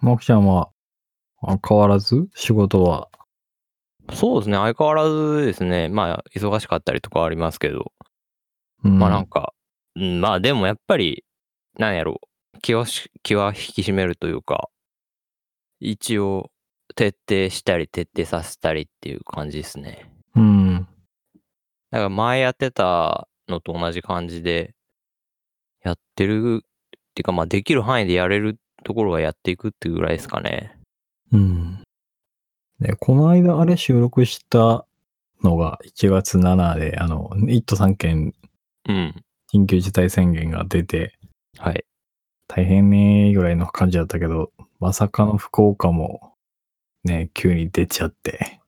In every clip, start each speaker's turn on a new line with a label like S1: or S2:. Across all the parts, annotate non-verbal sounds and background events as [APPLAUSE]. S1: マキちゃんは、あ変わらず仕事は。
S2: そうですね、相変わらずですね、まあ、忙しかったりとかはありますけど、
S1: うん
S2: まあなんか、うん、まあでもやっぱり、なんやろう、気はし、気は引き締めるというか、一応、徹底したり、徹底させたりっていう感じですね。
S1: うん。
S2: だから前やってたのと同じ感じで、やってる、っていうかまあできる範囲でやれるところはやっていくっていうぐらいですかね。
S1: うん。で、この間あれ収録したのが1月7で、あの、1都3県
S2: うん。
S1: 緊急事態宣言が出て、
S2: はい。
S1: 大変ねーぐらいの感じだったけど、まさかの福岡も、ね、急に出ちゃって。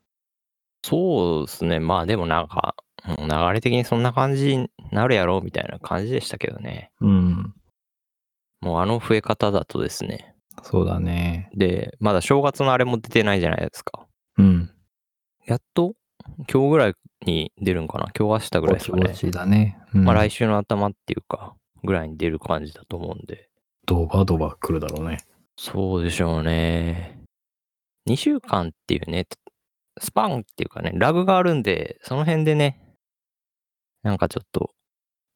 S2: そうですね。まあでもなんか、うん流れ的にそんな感じになるやろうみたいな感じでしたけどね。
S1: うん。
S2: もうあの増え方だとですね。
S1: そうだね。
S2: で、まだ正月のあれも出てないじゃないですか。
S1: うん。
S2: やっと今日ぐらいに出るんかな今日明日ぐらいですかね。
S1: ちだね。うん、
S2: まあ来週の頭っていうか、ぐらいに出る感じだと思うんで。
S1: ドバドバ来るだろうね。
S2: そうでしょうね。2週間っていうね、スパンっていうかね、ラグがあるんで、その辺でね、なんかちょっと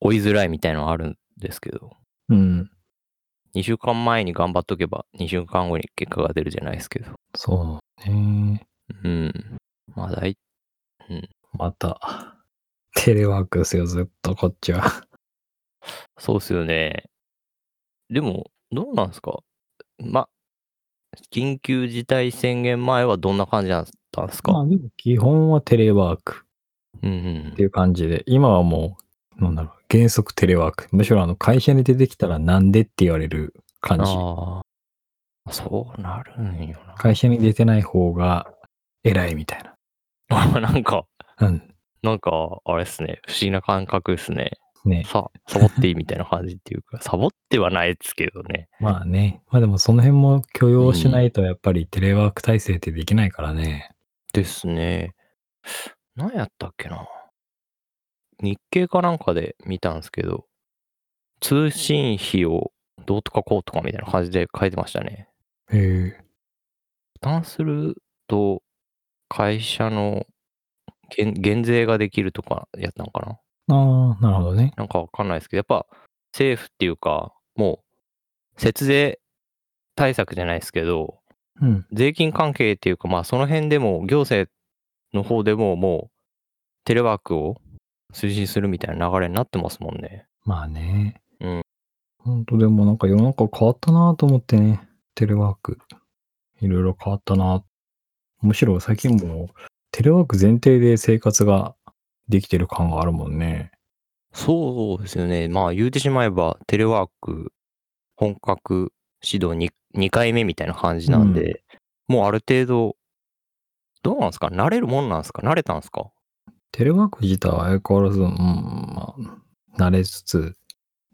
S2: 追いづらいみたいのはあるんですけど、
S1: うん。
S2: 2週間前に頑張っとけば、2週間後に結果が出るじゃないですけど。
S1: そうね。
S2: うん。まあ大、
S1: また、テレワークですよ、ずっとこっちは。
S2: そうっすよね。でも、どうなんですかま、緊急事態宣言前はどんな感じだったんです
S1: [LAUGHS]
S2: か、
S1: まあでも基本はテレワーク
S2: うん
S1: っ
S2: うん
S1: て。いう感じで、今はもう、なんだろう、原則テレワーク。むしろあの会社に出てきたらなんでって言われる感じ。
S2: ああ。そうなるんよな。
S1: 会社に出てない方が偉いみたい
S2: なん [LAUGHS] か、
S1: な。うん。
S2: なんか、あれっすね。不思議な感覚ですね。
S1: ね。
S2: さ、サボっていいみたいな感じっていうか、サボってはないですけどね。
S1: まあね。まあでもその辺も許容しないとやっぱりテレワーク体制ってできないからね。
S2: ですね。何やったっけな。日経かなんかで見たんですけど、通信費をどうとかこうとかみたいな感じで書いてましたね。
S1: へえ。
S2: 負担すると、会社の減減税ができるとかやったのかな
S1: ああ、なるほどね。
S2: なんかわかんないですけど、やっぱ政府っていうか、もう節税対策じゃないですけど、
S1: うん。
S2: 税金関係っていうか、まあその辺でも行政の方でももうテレワークを推進するみたいな流れになってますもんね。
S1: まあね。
S2: うん。
S1: 本当でもなんか世の中変わったなと思ってね。テレワーク。いろいろ変わったな。むしろ最近もうテレワーク前提で生活ができてる感があるもんね。
S2: そうですよね。まあ言うてしまえばテレワーク本格指導 2, 2回目みたいな感じなんで、もうある程度、どうなんですか慣れるもんなんですか慣れたんですか
S1: テレワーク自体は相変わらず、うん、まあ、慣れつつ、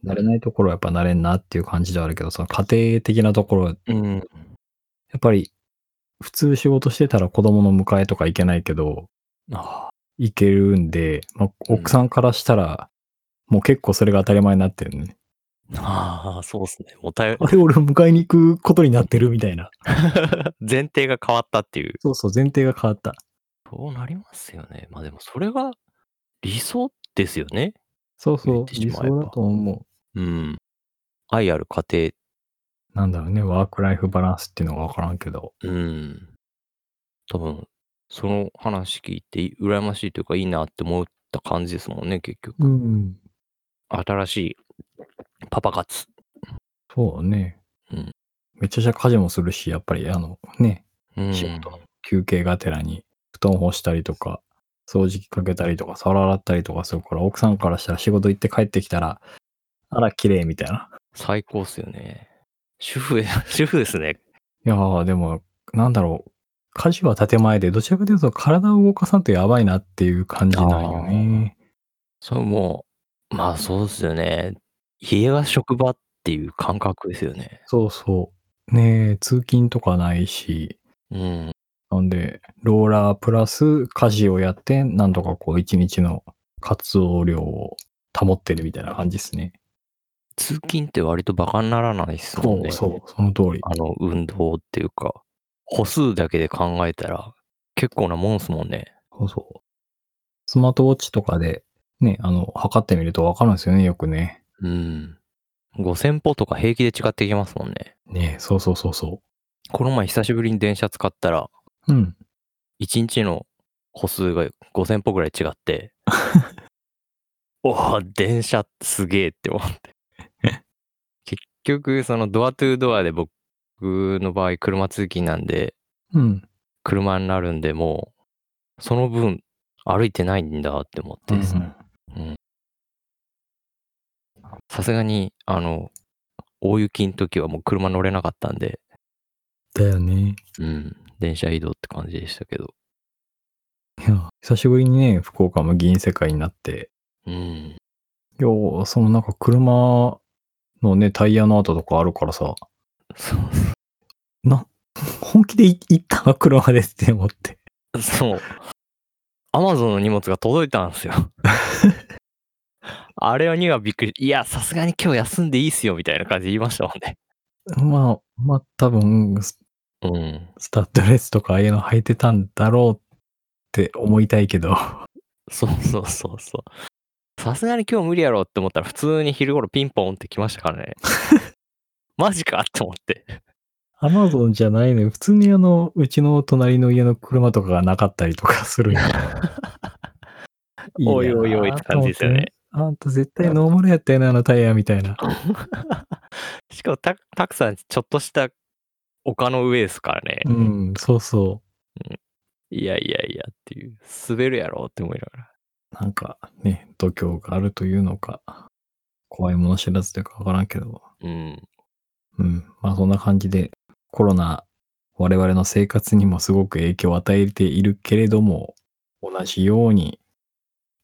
S1: 慣れないところはやっぱ慣れんなっていう感じではあるけど、その家庭的なところ、や
S2: うん。
S1: っぱり、普通仕事してたら子供の迎えとか行けないけど、
S2: あ
S1: 行けるんで、まあ、
S2: うん
S1: 奥さんからしたら、もう結構それが当たり前になってるね。
S2: [LAUGHS] あ、そうですね。もう頼
S1: [LAUGHS] あれ、俺迎えに行くことになってるみたいな。
S2: [LAUGHS] 前提が変わったっていう。
S1: そうそう、前提が変わった。
S2: そうなりますよね。まあでもそれが理想ですよね。
S1: そうそ
S2: 言っ
S1: う、
S2: てし
S1: 理
S2: ま
S1: 想
S2: えば
S1: だと思
S2: うん。愛ある家
S1: う。なんだろうね、ワークライフバランスっていうのがわからんけど。
S2: 庭。うん。多分、その話聞いて、羨ましいというか、いいなって思った感じですもんね、結局。
S1: うん。
S2: 新しいパパ活。
S1: そうね。
S2: うん
S1: めちゃくちゃ家事もするし、やっぱり、あの、ね、
S2: うん
S1: 仕事の休憩がてらに、布団干したりとか、掃除機かけたりとか、皿洗ったりとかするから、奥さんからしたら仕事行って帰ってきたら、あら、綺麗みたいな。
S2: 最高っすよね。主婦、 [LAUGHS] 主婦ですね。
S1: いやー、でも、なんだろう。家事は建前で、どちらかというと体を動かさんとやばいなっていう感じなんよね。
S2: そう、もう、まあそうですよね。家は職場っていう感覚ですよね。
S1: そうそう。ねえ、通勤とかないし、
S2: うん。
S1: なんで、ローラープラス家事をやって、なんとかこう、一日の活動量を保ってるみたいな感じですね。
S2: 通勤って割とバカにならないですもんね。
S1: そう、その通り。
S2: あの、運動っていうか、歩数だけで考えたら、結構なもんですもんね。
S1: そうそう。スマートウォッチとかで、ね、あの、測ってみるとわかるんですよね、よくね。
S2: うん。5000歩とか平気で違ってきますもんね。
S1: ね、そうそうそうそ
S2: この前久しぶりに電車使ったら、
S1: う。うん。
S2: 1日の歩数が5000歩ぐらい違
S1: [LAUGHS]
S2: って、おー電車すげえって思
S1: [LAUGHS]
S2: って。結局、そのドアトゥードアで僕の場合、車通勤なんで、
S1: うん。
S2: 車になるんで、もう、その分、歩いてないんだって思って、
S1: うん
S2: さすがに、あの、大雪の時はもう車乗れなかったんで、
S1: だよね。
S2: うん、電車移動って感じでしたけど、
S1: いや、久しぶりにね、福岡も議員世界になって、
S2: うん、
S1: いやー、そのなんか車のね、タイヤの跡とかあるからさ、
S2: そ
S1: 本気でい行ったな、車でって思って。
S2: う、そう、アマゾンの荷物が届いたんです [LAUGHS] よ。あれにはびっくり、いや、さすがに今日休んでいいっすよみたいな感じで言いましたもんね。
S1: まあ、まあ多分、ス
S2: うん、
S1: スタッドレスとかああいうの履いてたんだろうって思いたいけど。
S2: そうそうそうそう。さすがに今日無理やろって思ったら、普通に昼頃ピンポンって来ましたから
S1: [LAUGHS]
S2: ね。マジかって思って。
S1: アマゾンじゃないのよ。普通にあの、うちの隣の家の車とかがなかったりとかするよ。
S2: [LAUGHS] おいおいおいって感じですよね。
S1: あんた絶対ノーマルやったよな、あのタイヤみたいな。
S2: しかもた、たくさんちょっとした丘の上ですからね。
S1: うん、そうそ
S2: いやいやいやっていう、滑るやろって思いながら。
S1: う。なんかね、度胸があるというのか、怖いもの知らずというかわからんけど。
S2: うん。
S1: うん、まあそんな感じで、コロナ、我々の生活にもすごく影響を与えているけれども、同じように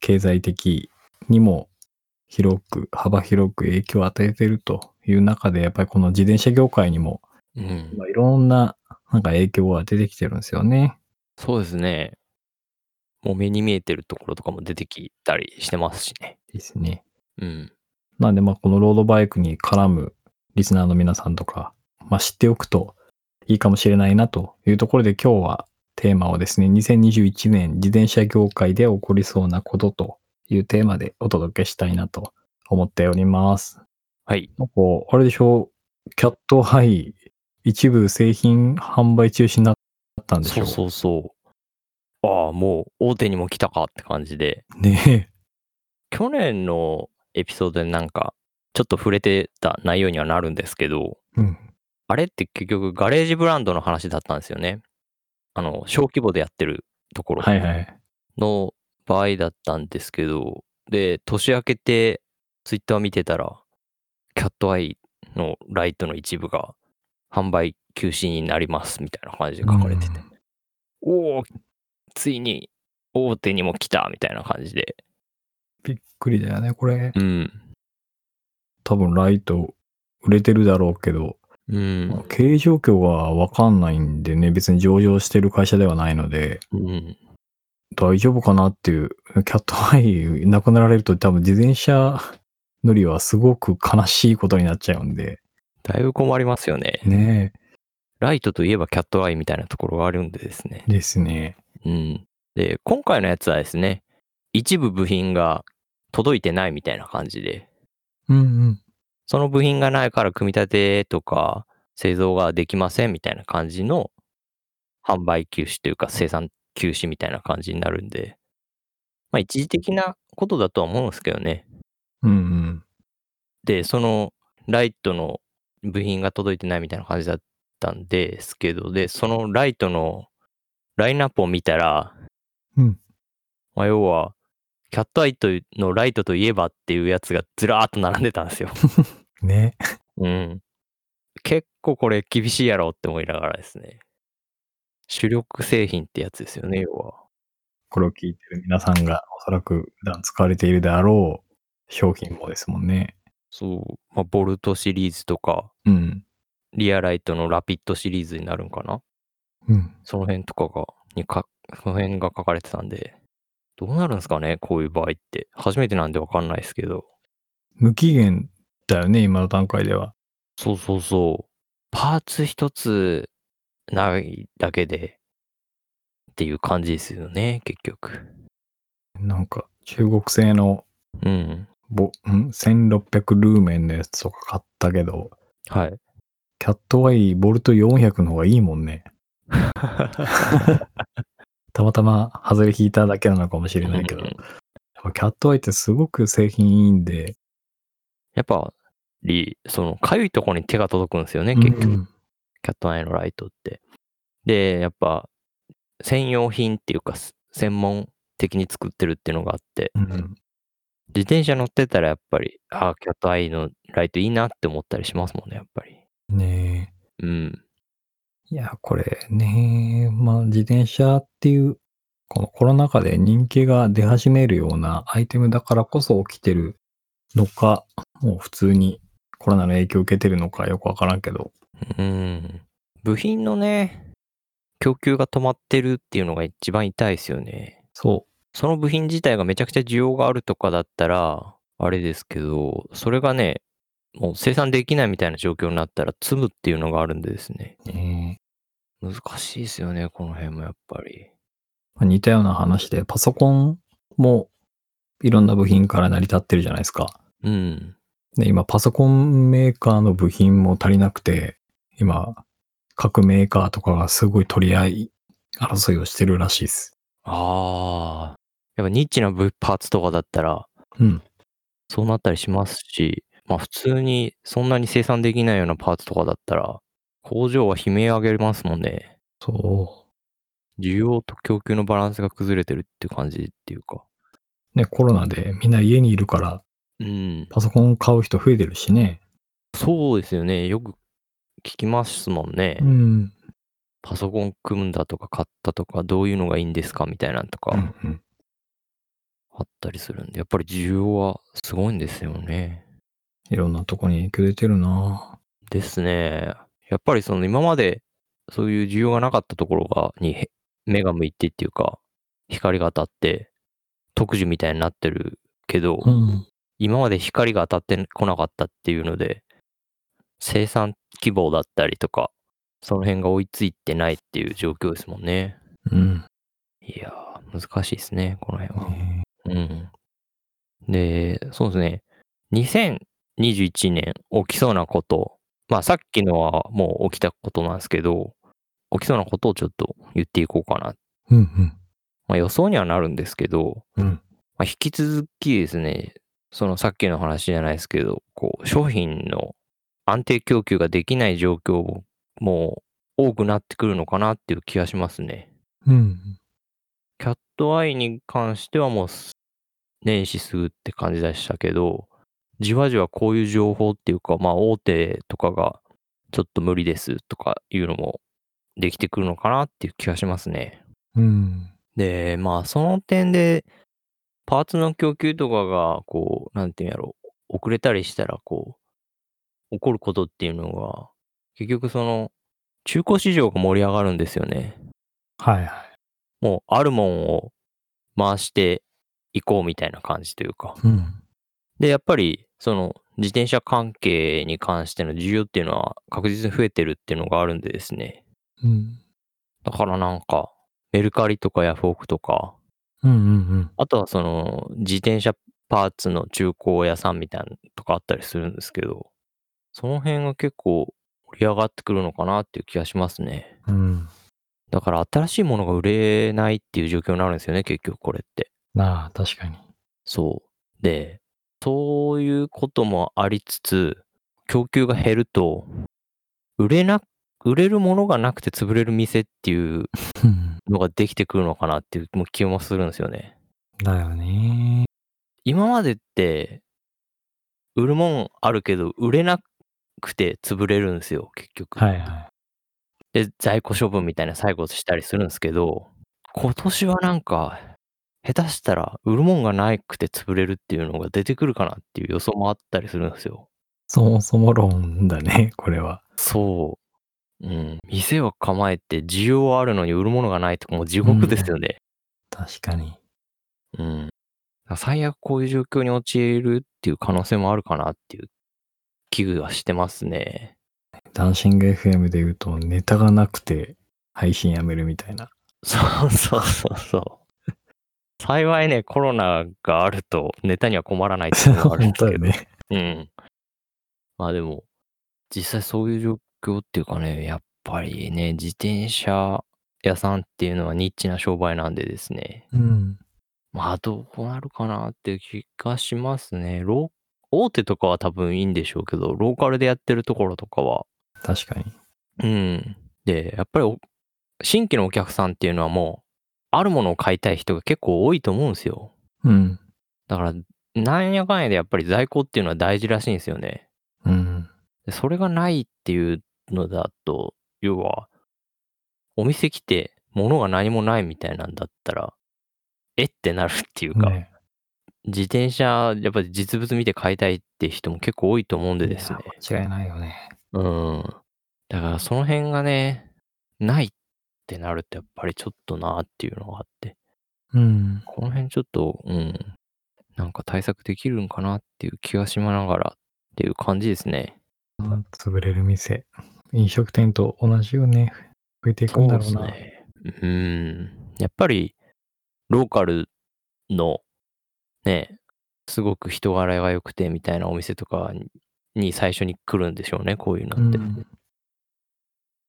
S1: 経済的にも広く、幅広く影響を与えているという中で、やっぱりこの自転車業界にも、
S2: うん。
S1: まあいろんななんか影響は出てきてるんですよね。
S2: そうですね。もう目に見えてるところとかも出てきたりしてますしね。
S1: ですね。
S2: うん。
S1: なんでまあこのロードバイクに絡むリスナーの皆さんとか、まあ、知っておくといいかもしれないなというところで今日はテーマをですね、2021年自転車業界で起こりそうなことというテーマでお届けしたいなと思っております。
S2: はい。
S1: なんかあれでしょう、キャットハイ一部製品販売中止になったんでし
S2: そ
S1: ょ
S2: うそうそう。ああ、もう大手にも来たかって感じで、
S1: ね
S2: 去年のエピソードでなんか、ちょっと触れてた内容にはなるんですけど、
S1: え。うん。
S2: あれって結局ガレージブランドの話だったんですよね。あの、小規模でやってるところ。
S1: はいはい。
S2: の場合だったんですけど、で、年明けてツイッター見てたら、キャットアイのライトの一部が販売休止になりますみたいな感じで書かれてて、おお、ついに大手にも来たみたいな感じで、
S1: びっくりだよね、これ。
S2: うん、
S1: 多分ライト売れてるだろうけど、
S2: う
S1: まあ
S2: ん、
S1: 経営状況がわかんないんでね、別に上場してる会社ではないので、
S2: うん、
S1: 大丈夫かなっていう、キャットアイなくなられると多分自転車乗りはすごく悲しいことになっちゃうんで、
S2: だいぶ困りますよね。
S1: ね
S2: ライトといえばキャットアイみたいなところがあるんでですね。
S1: え、ですね。
S2: うん。で、今回のやつはですね、一部部品が届いてないみたいな感じで、
S1: うん
S2: その部品がないから組み立てとか製造ができませんみたいな感じの販売休止というか生産休止みたいな感じになるんで、まあ一時的なことだとは思うんですけどね。
S1: うん。うんうん。
S2: で、そのライトの部品が届いてないみたいな感じだったんですけど、で、そのライトのラインナップを見たら、
S1: うん
S2: まあ要は、キャットアイとのライトといえばっていうやつがずらーっと並んでた
S1: [LAUGHS]
S2: んですよ。
S1: ね
S2: うん。結構これ厳しいやろって思いながらですね。主力製品ってやつですよね、要は。
S1: これを聞いてる皆さんがおそらく普段使われているであろう商品もですもんね。
S2: そう。まあ、ボルトシリーズとか、
S1: うん。
S2: リアライトのラピッドシリーズになるんかな
S1: うん。
S2: その辺とかが、にか、その辺が書かれてたんで、どうなるんですかね、こういう場合って。初めてなんでわかんないですけど。
S1: 無期限だよね、今の段階では。
S2: そうそうそう。パーツ一つないだけでっていう感じですよね、結局。
S1: なんか、中国製の
S2: うん。
S1: ぼん1600ルーメンのやつとか買ったけど、
S2: はい。
S1: キャットアイボルト400の方がいいもん
S2: [LAUGHS]
S1: ね。たまたま外れ引いただけなのかもしれないけど、やっぱキャットアイってすごく製品いいんで、
S2: やっぱり、その、かゆいところに手が届くんですよね、結局。
S1: うん
S2: キャットアイのライトって。で、やっぱ、専用品っていうか、す専門的に作ってるっていうのがあって、
S1: うん
S2: 自転車乗ってたらやっぱり、ああ、キャットアイのライトいいなって思ったりしますもんね、やっぱり。
S1: ね
S2: うん。
S1: え。いや、これね、まあ自転車っていう、このコロナ禍で人気が出始めるようなアイテムだからこそ起きてるのか、もう普通にコロナの影響を受けてるのかよくわからんけど、
S2: うん。部品のね、供給が止まってるっていうのが一番痛いですよね。
S1: そ
S2: その部品自体がめちゃくちゃ需要があるとかだったら、あれですけど、それがね、もう生産できないみたいな状況になったら積むっていうのがあるんでですね。
S1: う。ね
S2: 難しいですよね、この辺もやっぱり。
S1: まあ似たような話で、パソコンもいろんな部品から成り立ってるじゃないですか。
S2: うん。
S1: で、今、パソコンメーカーの部品も足りなくて、今、各メーカーとかがすごい取り合い、争いをしてるらしいです。
S2: ああ。やっぱニッチな部パーツとかだったら、
S1: うん。
S2: そうなったりしますし、まあ普通にそんなに生産できないようなパーツとかだったら、工場は悲鳴を上げますもんね。
S1: そ
S2: 需要と供給のバランスが崩れてるっていう感じっていうか。
S1: う。ね、コロナでみんな家にいるから、
S2: うん。
S1: パソコン買う人増えてるしね。
S2: そうですよね。よく聞きますもんね。
S1: ん。
S2: パソコン組んだとか買ったとか、どういうのがいいんですかみたいなのとか。
S1: うんうん。
S2: あったりするんで、やっぱり需要はすごいんですよね。
S1: いろんなとこに影響出てるな
S2: ですね。やっぱりその今までそういう需要がなかったところがにへ目が向いてっていうか、光が当たって特需みたいになってるけど、
S1: ん。
S2: 今まで光が当たってこなかったっていうので、生産規模だったりとか、その辺が追いついてないっていう状況ですもんね。
S1: うん。
S2: いやー、難しいですね、この辺は。
S1: ね
S2: うん。で、そうですね。2021年起きそうなこと。まあさっきのはもう起きたことなんですけど、起きそうなことをちょっと言っていこうかな。
S1: うん
S2: まあ予想にはなるんですけど、
S1: うん。うん。
S2: まあ、引き続きですね、そのさっきの話じゃないですけど、こう、商品の安定供給ができない状況ももう多くなってくるのかなっていう気がしますね。
S1: うん。
S2: キャットアイに関してはもうす年始すぐって感じでしたけど、じわじわこういう情報っていうか、まあ大手とかがちょっと無理ですとかいうのもできてくるのかなっていう気がしますね。
S1: うん。
S2: で、まあその点でパーツの供給とかがこう、なんていうんやろ遅れたりしたらこう、起こることっていうのが、結局その中古市場が盛り上がるんですよね。
S1: はいはい。
S2: もうあるもんを回していこうみたいな感じというか。
S1: うん。
S2: で、やっぱりその自転車関係に関しての需要っていうのは確実に増えてるっていうのがあるんでですね。
S1: うん。
S2: だからなんかメルカリとかヤフオクとか、
S1: うんうん
S2: あとはその自転車パーツの中古屋さんみたいなのとかあったりするんですけど、その辺が結構盛り上がってくるのかなっていう気がしますね。
S1: うん。うん。
S2: だから新しいものが売れないっていう状況になるんですよね、結局これって。
S1: なあ、確かに。 [LAUGHS]
S2: そう。で、そういうこともありつつ、供給が減ると、売れな、売れるものがなくて潰れる店っていう
S1: うん。
S2: のができてくるのかなっていうもう気もするんですよね。
S1: だよね
S2: 今までって、売るもんあるけど、売れなくて潰れるんですよ、結局。
S1: はいは
S2: で、在庫処分みたいな最後したりするんですけど、今年はなんか、下手したら売るもんがなくて潰れるっていうのが出てくるかなっていう予想もあったりするんですよ。
S1: い。そもそも論だね、 [LAUGHS] これは。
S2: そう。うん。店を構えて需要はあるのに売るものがないとかもう地獄ですよね。
S1: 確かに。
S2: うん。最悪こういう状況に陥るっていう可能性もあるかなっていう危惧はしてますね。
S1: ダンシング FM で言うと、ネタがなくて配信やめるみたいな。
S2: そうそうそうそう。幸いね、コロナがあるとネタには困らないっていうのがある
S1: 本
S2: んです
S1: 当
S2: け
S1: だ
S2: ど
S1: よ。ね。
S2: うん。まあでも、実際そういう状況っていうかね、やっぱりね、自転車屋さんっていうのはニッチな商売なんでですね、
S1: [LAUGHS] うん。
S2: まあどうなるかなっていう気がしますね。ロー大手とかは多分いいんでしょうけど、ローカルでやってるところとかは、
S1: 確かに。
S2: うん。で、やっぱりお新規のお客さんっていうのはもう、あるものを買いたい人が結構多いと思うんですよ。
S1: うん。
S2: だから、なんやかんやでやっぱり在庫っていうのは大事らしいんですよね。
S1: うん。
S2: でそれがないっていうのだと、要は、お店来て物が何もないみたいなんだったら、えってなるっていうか、
S1: ね
S2: 自転車、やっぱり実物見て買いたいって人も結構多いと思うんでですね。
S1: いや間違いないよね。
S2: うん。だからその辺がね、ないってなるとやっぱりちょっとなっていうのがあって、
S1: うん。
S2: この辺ちょっと、うん、なんか対策できるんかなっていう気がしながらっていう感じですね。
S1: 潰れる店。飲食店と同じよね。増えていくんだろう
S2: そう
S1: な。
S2: ですね。うん。やっぱり、ローカルの、ね、すごく人柄が良くてみたいなお店とかにに最初に来るんでしょうね、こういうのって。
S1: うん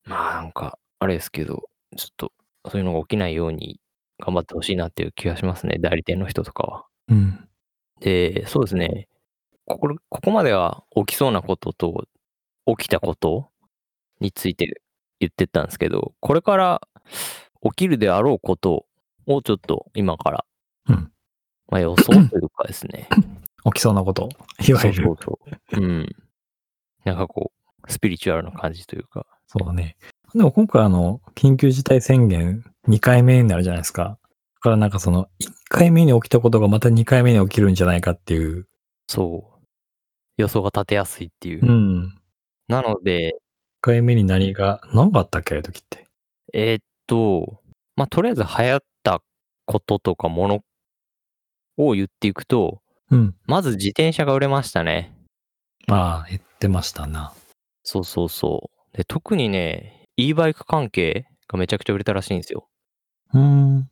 S2: まあ、なんか、あれですけど、ちょっと、そういうのが起きないように頑張ってほしいなっていう気がしますね、代理店の人とかは。
S1: うん。
S2: で、そうですね。ここここまでは起きそうなことと、起きたことについて言ってったんですけど、これから起きるであろうことをちょっと今から、
S1: うん
S2: まあ予想というかですね。
S1: [LAUGHS] 起きそうなこと。いわゆる。
S2: そうそうそう。うん。なんかこう、スピリチュアルな感じというか。
S1: そうだね。でも今回あの、緊急事態宣言2回目になるじゃないですか。だからなんかその、1回目に起きたことがまた2回目に起きるんじゃないかっていう。
S2: そう。予想が立てやすいっていう。
S1: うん。1
S2: なので、
S1: 回目に何が、何があったっけああいう時って。
S2: えーっと、まあ、とりあえず流行ったこととかものを言っていくと、
S1: うん。
S2: まず自転車が売れましたね。
S1: まあ、言ってましたな。
S2: そうそうそう。で、特にね、e バイク関係がめちゃくちゃ売れたらしいんですよ。
S1: うん。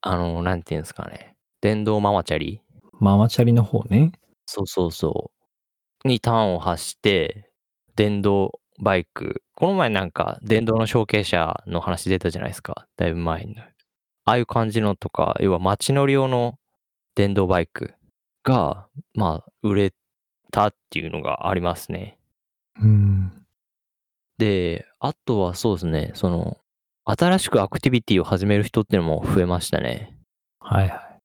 S2: あの、なんていうんですかね。電動ママチャリ
S1: ママチャリの方ね。
S2: そうそうそう。にターンを発して、電動バイク。この前なんか、電動の承継者の話出たじゃないですか。だいぶ前に。ああいう感じのとか、要は街乗り用の電動バイクが、まあ、売れたっていうのがありますね。
S1: うん。
S2: で、あとはそうですね、その、新しくアクティビティを始める人っていうのも増えましたね。
S1: はいはい。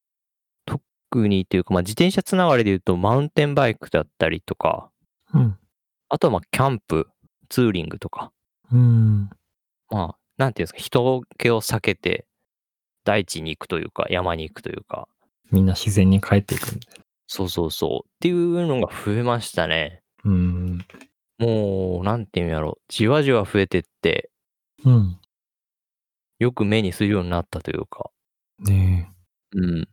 S2: 特にというか、まあ、自転車つながりで言うと、マウンテンバイクだったりとか、
S1: うん。
S2: あとはまあキャンプ、ツーリングとか、
S1: うん。
S2: まあ、なんていうんですか、人気を避けて、大地に行くというか、山に行くというか、
S1: みんな自然に帰っていくんで。
S2: そうそうそう、っていうのが増えましたね。
S1: うん。
S2: もう、なんていうんやろ、じわじわ増えてって、
S1: うん。
S2: よく目にするようになったというか、
S1: ね
S2: うん。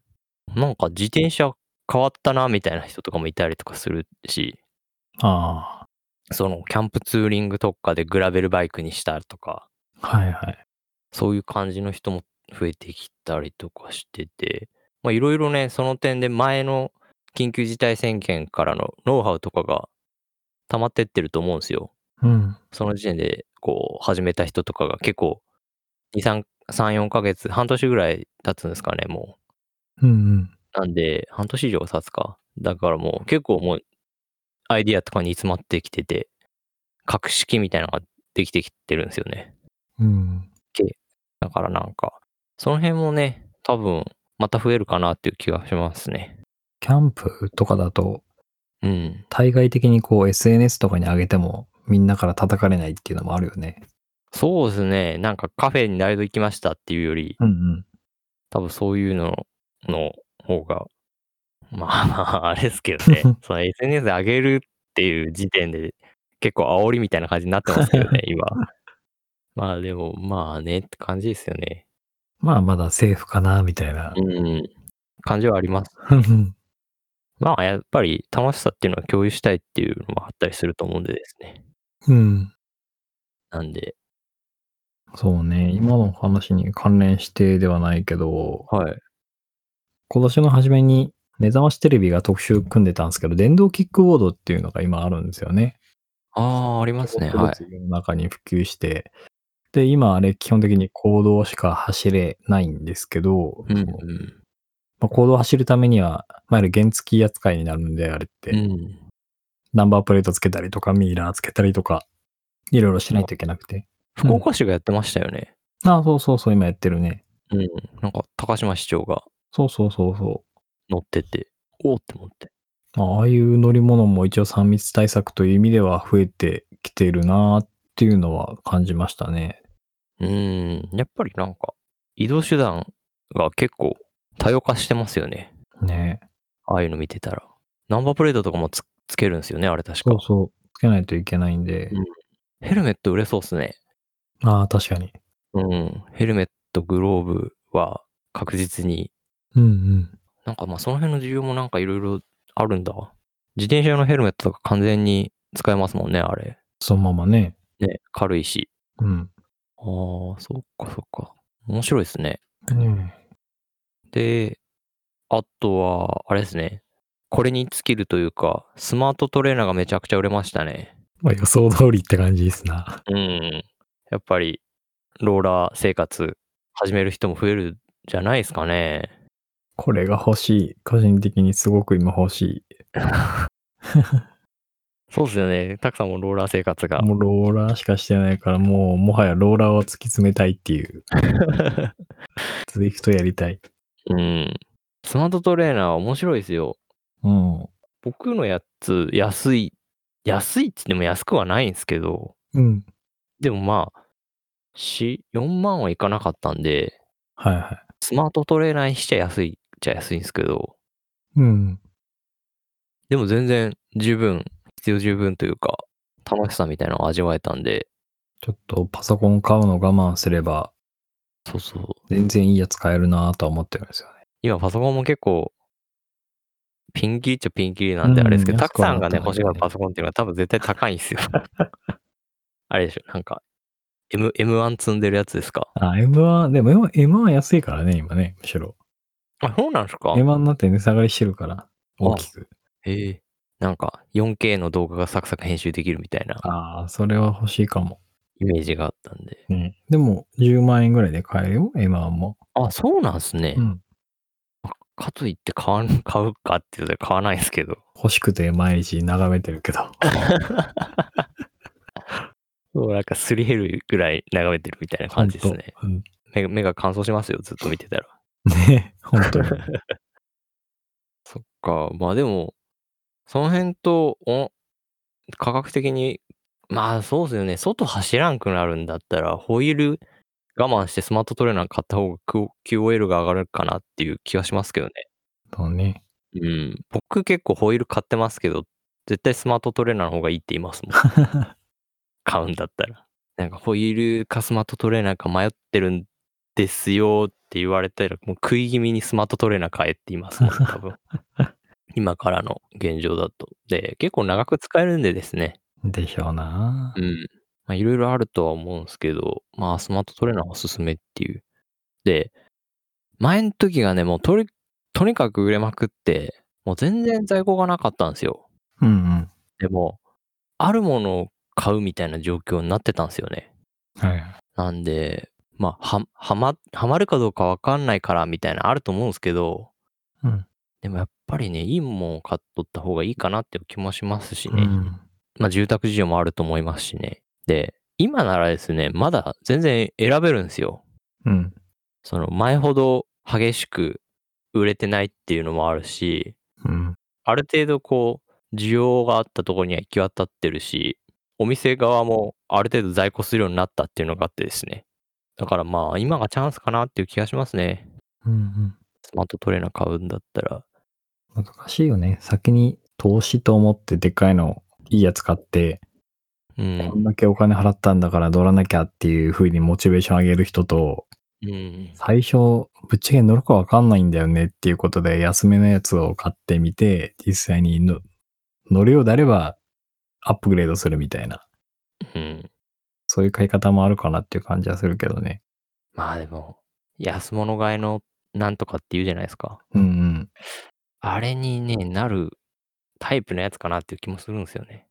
S2: なんか自転車変わったな、みたいな人とかもいたりとかするし、
S1: え。あ
S2: その、キャンプツーリング特化でグラベルバイクにしたとか、
S1: あ。はいはい。
S2: そういう感じの人も増えてきたりとかしてて、まあいろいろね、その点で前の緊急事態宣言からのノウハウとかが溜まってってると思うんですよ。
S1: うん。
S2: その時点でこう始めた人とかが結構2、3、3、4ヶ月、半年ぐらい経つんですかね、も
S1: うんうん。
S2: う。なんで、半年以上経つか。だからもう結構もうアイディアとかに詰まってきてて、格式みたいなのができてきてるんですよね。
S1: うん。
S2: だからなんか、その辺もね、多分、また増えるかなっていう気がしますね。
S1: キャンプとかだと、
S2: うん。
S1: 対外的にこう SNS とかに上げてもみんなから叩かれないっていうのもあるよね。
S2: そうですね。なんかカフェにライド行きましたっていうより、
S1: うんうん。
S2: 多分そういうのの方が、まあまあ、あれですけどね。その SNS で上げるっていう時点で、結構煽りみたいな感じになってますけどね、今。まあでも、まあねって感じですよね。
S1: まあまだセーフかな、みたいな。 [LAUGHS]
S2: うん。感じはあります。
S1: うん
S2: まあ、やっぱり楽しさっていうのは共有したいっていうのもあったりすると思うんでですね。
S1: うん。
S2: なんで、
S1: そうね。今の話に関連してではないけど、
S2: はい。
S1: 今年の初めに目覚ましテレビが特集組んでたんですけど、電動キックボードっていうのが今あるんですよね。
S2: ああ、ありますね。はい。
S1: 世の中に普及して、で、今あれ基本的に公道しか走れないんですけど、
S2: うん、う
S1: その
S2: ん。
S1: まあ、公道走るためには、まあ、あれ原付き扱いになるんで、あれって、
S2: うん。
S1: ナンバープレートつけたりとか、ミイラーつけたりとか、いろいろしないといけなくて。
S2: 福岡市がやってましたよね。
S1: ああ、そうそうそう、今やってるね。
S2: うん。なんか、高島市長が
S1: そうそうそうそ
S2: 乗ってて、おおって思って。
S1: う。ああいう乗り物も一応3密対策という意味では増えてきてるなーっていうのは感じましたね。
S2: うん。やっぱりなんか、移動手段が結構多様化してますよね。
S1: ね
S2: ああいうの見てたら。ナンバープレートとかもつつけるんですよね、あれ確
S1: そ
S2: か
S1: う。そう。つけないといけないんで。
S2: ヘルメット売れそうっすね。
S1: ああ、確かに。
S2: うん。ヘルメット、グローブは確実に、
S1: うんうん。
S2: なんかまあその辺の需要もなんかいろいろあるんだ。自転車用のヘルメットとか完全に使えますもんね、あれ。
S1: そのままね。
S2: ね、軽いし。
S1: うん。
S2: ああ、そっかそっか。面白いですね。
S1: ね
S2: で、あとは、あれですね。これに尽きるというか、スマートトレーナーがめちゃくちゃ売れましたね。
S1: まあ予想通りって感じですな。
S2: うん。やっぱり、ローラー生活始める人も増えるんじゃないですかね。
S1: これが欲しい。個人的にすごく今欲しい。
S2: そうですよね。たくさんもローラー生活が。
S1: もうローラーしかしてないから、もうもはやローラーを突き詰めたいっていう。ツイフトやりたい。
S2: うん。 [LAUGHS] スマートトレーナー面白いですよ。
S1: うん。
S2: 僕のやつ、安い。安いって言っても安くはないんですけど、
S1: うん。
S2: でもまあ、し4万はいかなかったんで、
S1: はいは
S2: スマートトレーナーにしちゃ安いっちゃ安いんですけど、
S1: い。うん。
S2: でも全然十分、必要十分というか、楽しさみたいなのを味わえたんで、
S1: ちょっとパソコン買うの我慢すれば、
S2: そうそう。
S1: 全然いいやつ買えるなとは思ってるんですよね。
S2: 今パソコンも結構、ピンキリっちゃピンキリなんで
S1: うん
S2: あれですけど、た
S1: 安
S2: く
S1: くは
S2: さ
S1: なんっ
S2: が
S1: た
S2: ね、
S1: んだけどね
S2: 欲しがるパソコンっていうのは多分絶対高いんですよ。 [LAUGHS] あれでしょ、なんか、M、M1 積んでるやつですか。
S1: あ、M1、でも M1 M1 安いからね、今ね、むしろ。
S2: あ、そうなんですか
S1: M1 になって値下がりしてるから、大きく。
S2: ええなんか、4K の動画がサクサク編集できるみたいな
S1: ああー、それは欲しいかも。
S2: イメージがあったんで。
S1: ね。でも、10万円ぐらいで買えるよ、M1 も。
S2: あ、そうなんすね。
S1: うん。
S2: かといって買わん買うかって言うと買わないんですけど。
S1: 欲しくて毎日眺めてるけど。
S2: そうなんかすり減るぐらい眺めてるみたいな感じですね。
S1: ほんと。
S2: 目が目が乾燥しますよ、ずっと見てたら。
S1: うんね、本当に。
S2: そっか。まあでも、その辺と、お価格的に、まあそうですよね。外走らんくなるんだったら、ホイール我慢してスマートトレーナー買った方が Q- QOL が上がるかなっていう気はしますけどね。
S1: そう [LAUGHS] ね。
S2: うん。僕結構ホイール買ってますけど、絶対スマートトレーナーの方がいいって言いますもん。買うんだったら。なんかホイールかスマートトレーナーか迷ってるんですよって言われたら、もう食い気味にスマートトレーナー買えって言いますもん、多分。今からの現状だと。で、結構長く使えるんでですね。
S1: でしょうな
S2: う。ん。まあ、いろいろあるとは思うんですけど、まあ、スマートトレーナーおすすめっていう。で、前の時がね、もうとり、とにかく売れまくって、もう全然在庫がなかったんですよ。
S1: うんうん。
S2: でも、あるものを買うみたいな状況になってたんですよね。
S1: はい。
S2: なんで、まあ、は、はま、はまるかどうかわかんないからみたいなのあると思うんですけど、
S1: うん
S2: でもやっぱりね、いいもんを買っとった方がいいかなっていう気もしますし
S1: う
S2: ね。
S1: ん。
S2: まあ、住宅事情もあると思いますしね。で、今ならですね、まだ全然選べるんですよ。
S1: うん。
S2: その前ほど激しく売れてないっていうのもあるし、
S1: うん。
S2: ある程度こう、需要があったところには行き渡ってるし、お店側もある程度在庫するようになったっていうのがあってですね。だからまあ、今がチャンスかなっていう気がしますね。
S1: うんうん。
S2: スマートトレーナー買うんだったら。
S1: 難しいよね。先に投資と思ってでかいの、いいやつ買って、こ
S2: うん。
S1: んだけお金払ったんだから乗らなきゃっていう風にモチベーション上げる人と、
S2: うん。
S1: 最初ぶっちゃけ乗るかわかんないんだよねっていうことで、安めのやつを買ってみて、実際にの乗るようであれば、アップグレードするみたいな、
S2: うん。
S1: そういう買い方もあるかなっていう感じはするけどね。
S2: まあでも、安物買いのなんとかって言うじゃないですか。
S1: うんうん。
S2: あれにね、なるタイプのやつかなっていう気もするんですよね。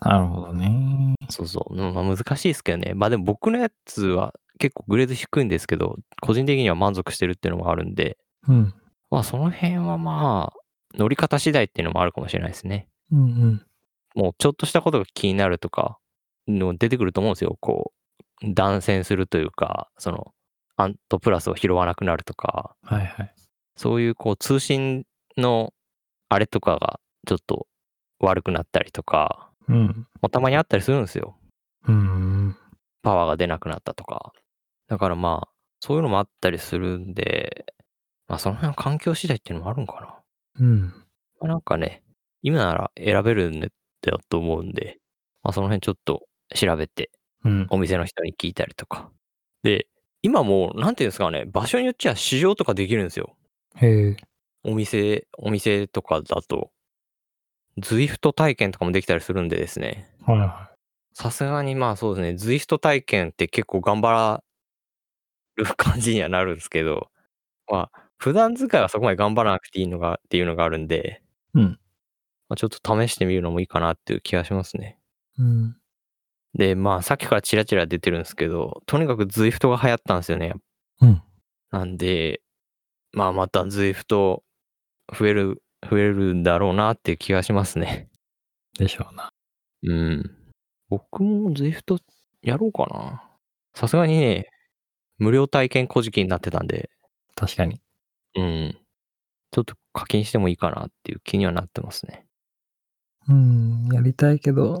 S1: なるほどね。
S2: そうそう。でもまあ難しいですけどね。まあでも僕のやつは結構グレード低いんですけど、個人的には満足してるっていうのもあるんで、
S1: うん。
S2: まあその辺はまあ、乗り方次第っていうのもあるかもしれないですね。
S1: うんうん。
S2: もうちょっとしたことが気になるとか、の出てくると思うんですよ。こう、断線するというか、その、アントプラスを拾わなくなるとか、
S1: はいはい。
S2: そういうこう通信のあれとかがちょっと悪くなったりとか、
S1: うん。
S2: まあたまにあったりするんですよ。
S1: うん。
S2: パワーが出なくなったとか。だからまあ、そういうのもあったりするんで、まあその辺は環境次第っていうのもあるんか
S1: う
S2: な。
S1: ん。
S2: まあなんかね、今なら選べるんだと思うんで、まあその辺ちょっと調べて、
S1: うん。
S2: お店の人に聞いたりとか。で、今もう、なんていうんですかね、場所によっちゃ試乗とかできるんですよ。
S1: へえ。
S2: お店、お店とかだと、ズイフト体験とかもできたりするんでですね。
S1: はいは
S2: さすがにまあそうですね、ズイフト体験って結構頑張る感じにはなるんですけど、まあ、普段使いはそこまで頑張らなくていいのが、っていうのがあるんで、
S1: うん。
S2: まあ、ちょっと試してみるのもいいかなっていう気がしますね。
S1: い。うん。
S2: で、まあ、さっきからチラチラ出てるんですけど、とにかく ZWIFT が流行ったんですよね。
S1: うん。
S2: なんで、まあ、また ZWIFT 増える、増えるんだろうなっていう気がしますね。
S1: でしょうな。
S2: うん。僕も ZWIFT やろうかな。さすがにね、無料体験小じきになってたんで、
S1: 確かに。
S2: うん。ちょっと課金してもいいかなっていう気にはなってますね。
S1: うん。やりたいけど、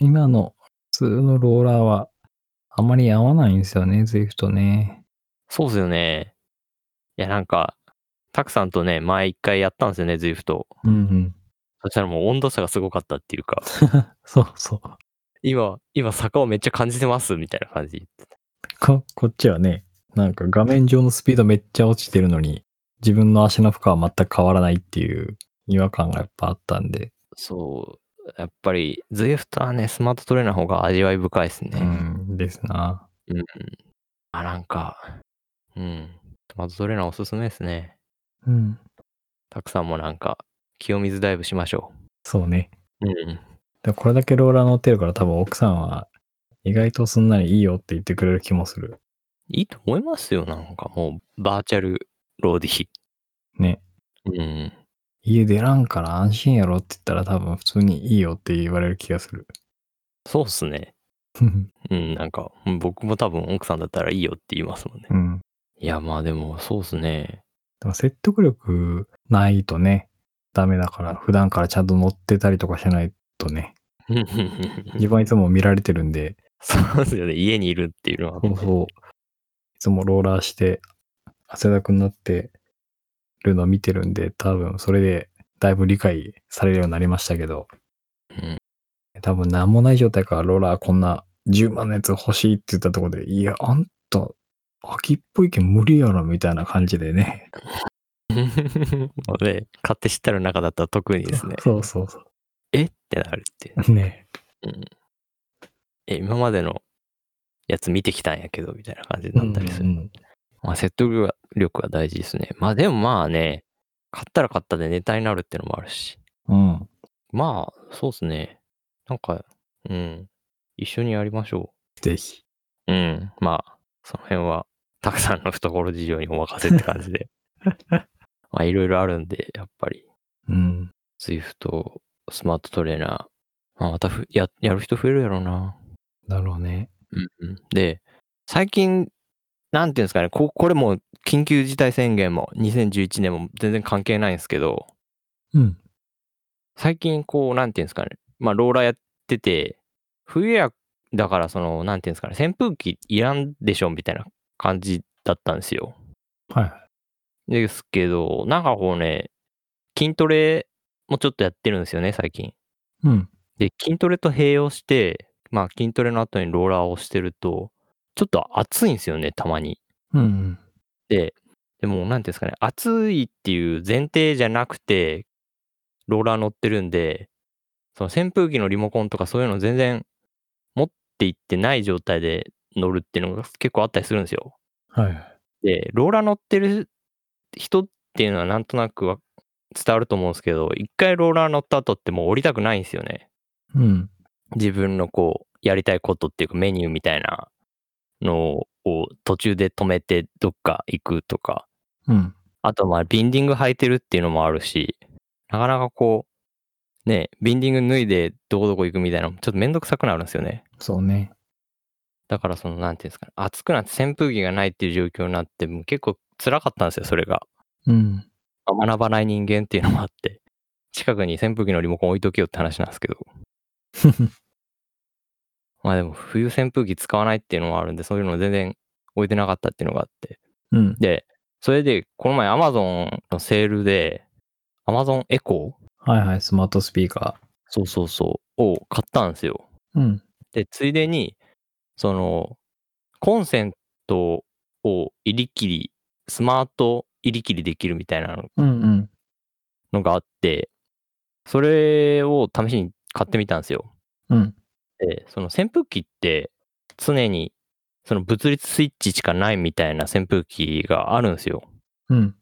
S1: 今の普通のローラーは、あまり合わないんですよね、ゼフトね。
S2: そうですよね。いや、なんか、たくさんとね、前一回やったんですよね、ZWIFT。
S1: うんうん。
S2: そしたらもう温度差がすごかったっていうか、
S1: そうそう。
S2: 今、今坂をめっちゃ感じてますみたいな感じ。
S1: こ、こっちはね、なんか画面上のスピードめっちゃ落ちてるのに、自分の足の負荷は全く変わらないっていう違和感がやっぱあったんで、
S2: そう。やっぱり ZF はね、スマートトレーナーの方が味わい深いですね。
S1: うん、ですな。
S2: うんあ、なんか、うん。スマートトレーナーおすすめですね。
S1: うん。
S2: たくさんもなんか、清水ダイブしましょ
S1: そうね。
S2: う。うん。
S1: でもこれだけローラー乗ってるから多分奥さんは、意外とすんなりいいよって言ってくれる気もする。
S2: いいと思いますよ、なんかもう、バーチャルローディ。
S1: ね。
S2: うん。
S1: 家出らんから安心やろって言ったら多分普通にいいよって言われる気がする。
S2: そうっすね。うん、なんか、うん僕も多分奥さんだったらいいよって言いますもんね。
S1: うん。
S2: いや、まあでも、そうっす [LAUGHS] ね。
S1: でも説得力ないとね、ダメだから普段からちゃんと乗ってたりとかしないとね、自分はいつも見られてるんで、
S2: そうですよね。家にいるっていうのは。
S1: そうそう。いつもローラーして、汗だくになってるのを見てるんで、多分それでだいぶ理解されるようになりましたけど、
S2: うん
S1: 多分何もない状態からローラーこんな10万のやつ欲しいって言ったところで、いや、あんた、秋っぽいけん無理やろみたいな感じでね。。
S2: の [LAUGHS] で、買って知ったる中だったら特にですね
S1: [LAUGHS] そうそうそ
S2: えってなるっていう。
S1: う。ね。
S2: え、今までのやつ見てきたんやけど、みたいな感 [LAUGHS] じになったりする。
S1: うんうん
S2: まあ、説得力が大事ですね。まあでもまあね、買ったら買ったでネタになるってのもあるし。
S1: うん。うん
S2: まあ、そうですね。なんか、うん。一緒にやりましょ
S1: ぜひ。
S2: う。うん。まあ、その辺は、たくさんの懐事情にお任せって感
S1: [LAUGHS]
S2: じで。まあ、いろいろあるんで、やっぱり。
S1: うん。
S2: Swift、スマートトレーナー、まあ、またふややる人増えるやろうな。
S1: だろうね。
S2: うんうん、で、最近、なんていうんですかね、ここれもう緊急事態宣言も2011年も全然関係ないんですけど、
S1: うん。
S2: 最近こう、なんていうんですかね、まあ、ローラーやってて、冬や、だからその、なんていうんですかね、扇風機いらんでしょみたいな感じだったんですよ。
S1: はいはい。
S2: ですけど、なんかこうね、筋トレもちょっとやってるんですよね、最近。
S1: うん。
S2: で、筋トレと併用して、まあ筋トレの後にローラーをしてると、ちょっと暑いんですよね、たまに。
S1: うんうん。
S2: で、でも、なんていうんですかね、暑いっていう前提じゃなくて、ローラー乗ってるんで、その扇風機のリモコンとかそういうの全然持っていってない状態で乗るっていうのが結構あったりするんですよ。
S1: はい。
S2: で、ローラー乗ってる人っていうのはなんとなくは伝わると思うんですけど、一回ローラー乗った後ってもう降りたくないんですよね。
S1: うん。
S2: 自分のこう、やりたいことっていうかメニューみたいなのを途中で止めてどっか行くとか、
S1: うん。
S2: あとまあ、ビンディング履いてるっていうのもあるし、なかなかこう、ね、ビンディング脱いでどこどこ行くみたいなのもちょっとめんどくさくなるんですよね。
S1: そうね。
S2: だからその、なんていうんですかね、暑くなって扇風機がないっていう状況になって、もう結構辛かったんですよ、それが。
S1: うん。 [LAUGHS]
S2: まあ学ばない人間っていうのもあって、近くに扇風機のリモコン置いとけよって話なんですけど。まあでも、冬扇風機使わないっていうのもあるんで、そういうの全然置いてなかったっていうのがあって。
S1: うん。
S2: で、それで、この前 Amazon のセールで、Amazon エコー
S1: はいはい、スマートスピーカ
S2: そうそうそう、を買ったんですよ。
S1: ー。うん。
S2: で、ついでに、その、コンセントを入り切り、スマート入り切りできるみたいなの
S1: うんうん。
S2: のがあって、それを試しに買ってみたんですよ。
S1: うん。
S2: で、その扇風機って、常に、その物理スイッチしかないみたいな扇風機があるんですよ。
S1: うん。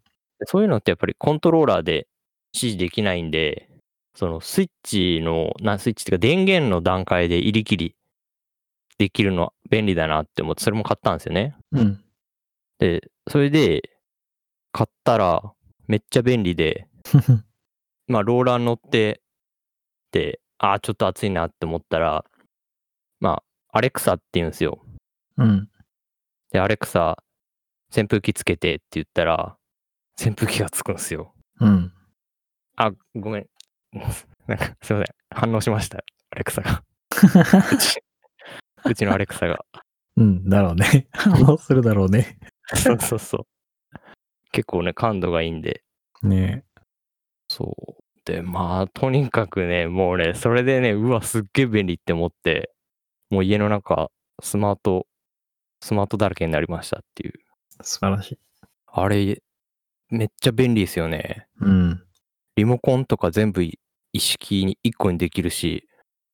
S2: そういうのってやっぱりコントローラーで指示できないんで、そのスイッチの、なスイッチっていうか電源の段階で入り切りできるのは便利だなって思って、それも買ったんですよね。
S1: うん。 [LAUGHS]
S2: で、それで買ったらめっちゃ便利で、まあローラー乗って、で、ああ、ちょっと暑いなって思ったら、まあ、アレクサって言うんですよ。
S1: うん。
S2: で、アレクサ、扇風機つけてって言ったら、扇風機がつくんですよ。
S1: うん。
S2: あ、ごめん。 [LAUGHS] なんか、すいません。反応しました。アレクサ [LAUGHS] が。うちうちのアレクサが。
S1: うん。だろうね。 [LAUGHS] 反応するだろうね。
S2: そうそうそう。結構ね、感度がいいんで。
S1: ね
S2: そう。で、まあ、とにかくね、もうね、それでね、うわ、すっげえ便利って思って、もう家の中、スマート、スマートだらけになりましたっていう。
S1: え。素晴らしい。
S2: あれ、めっちゃ便利ですよね。
S1: うん。
S2: リモコンとか全部い一式に一個にできるし、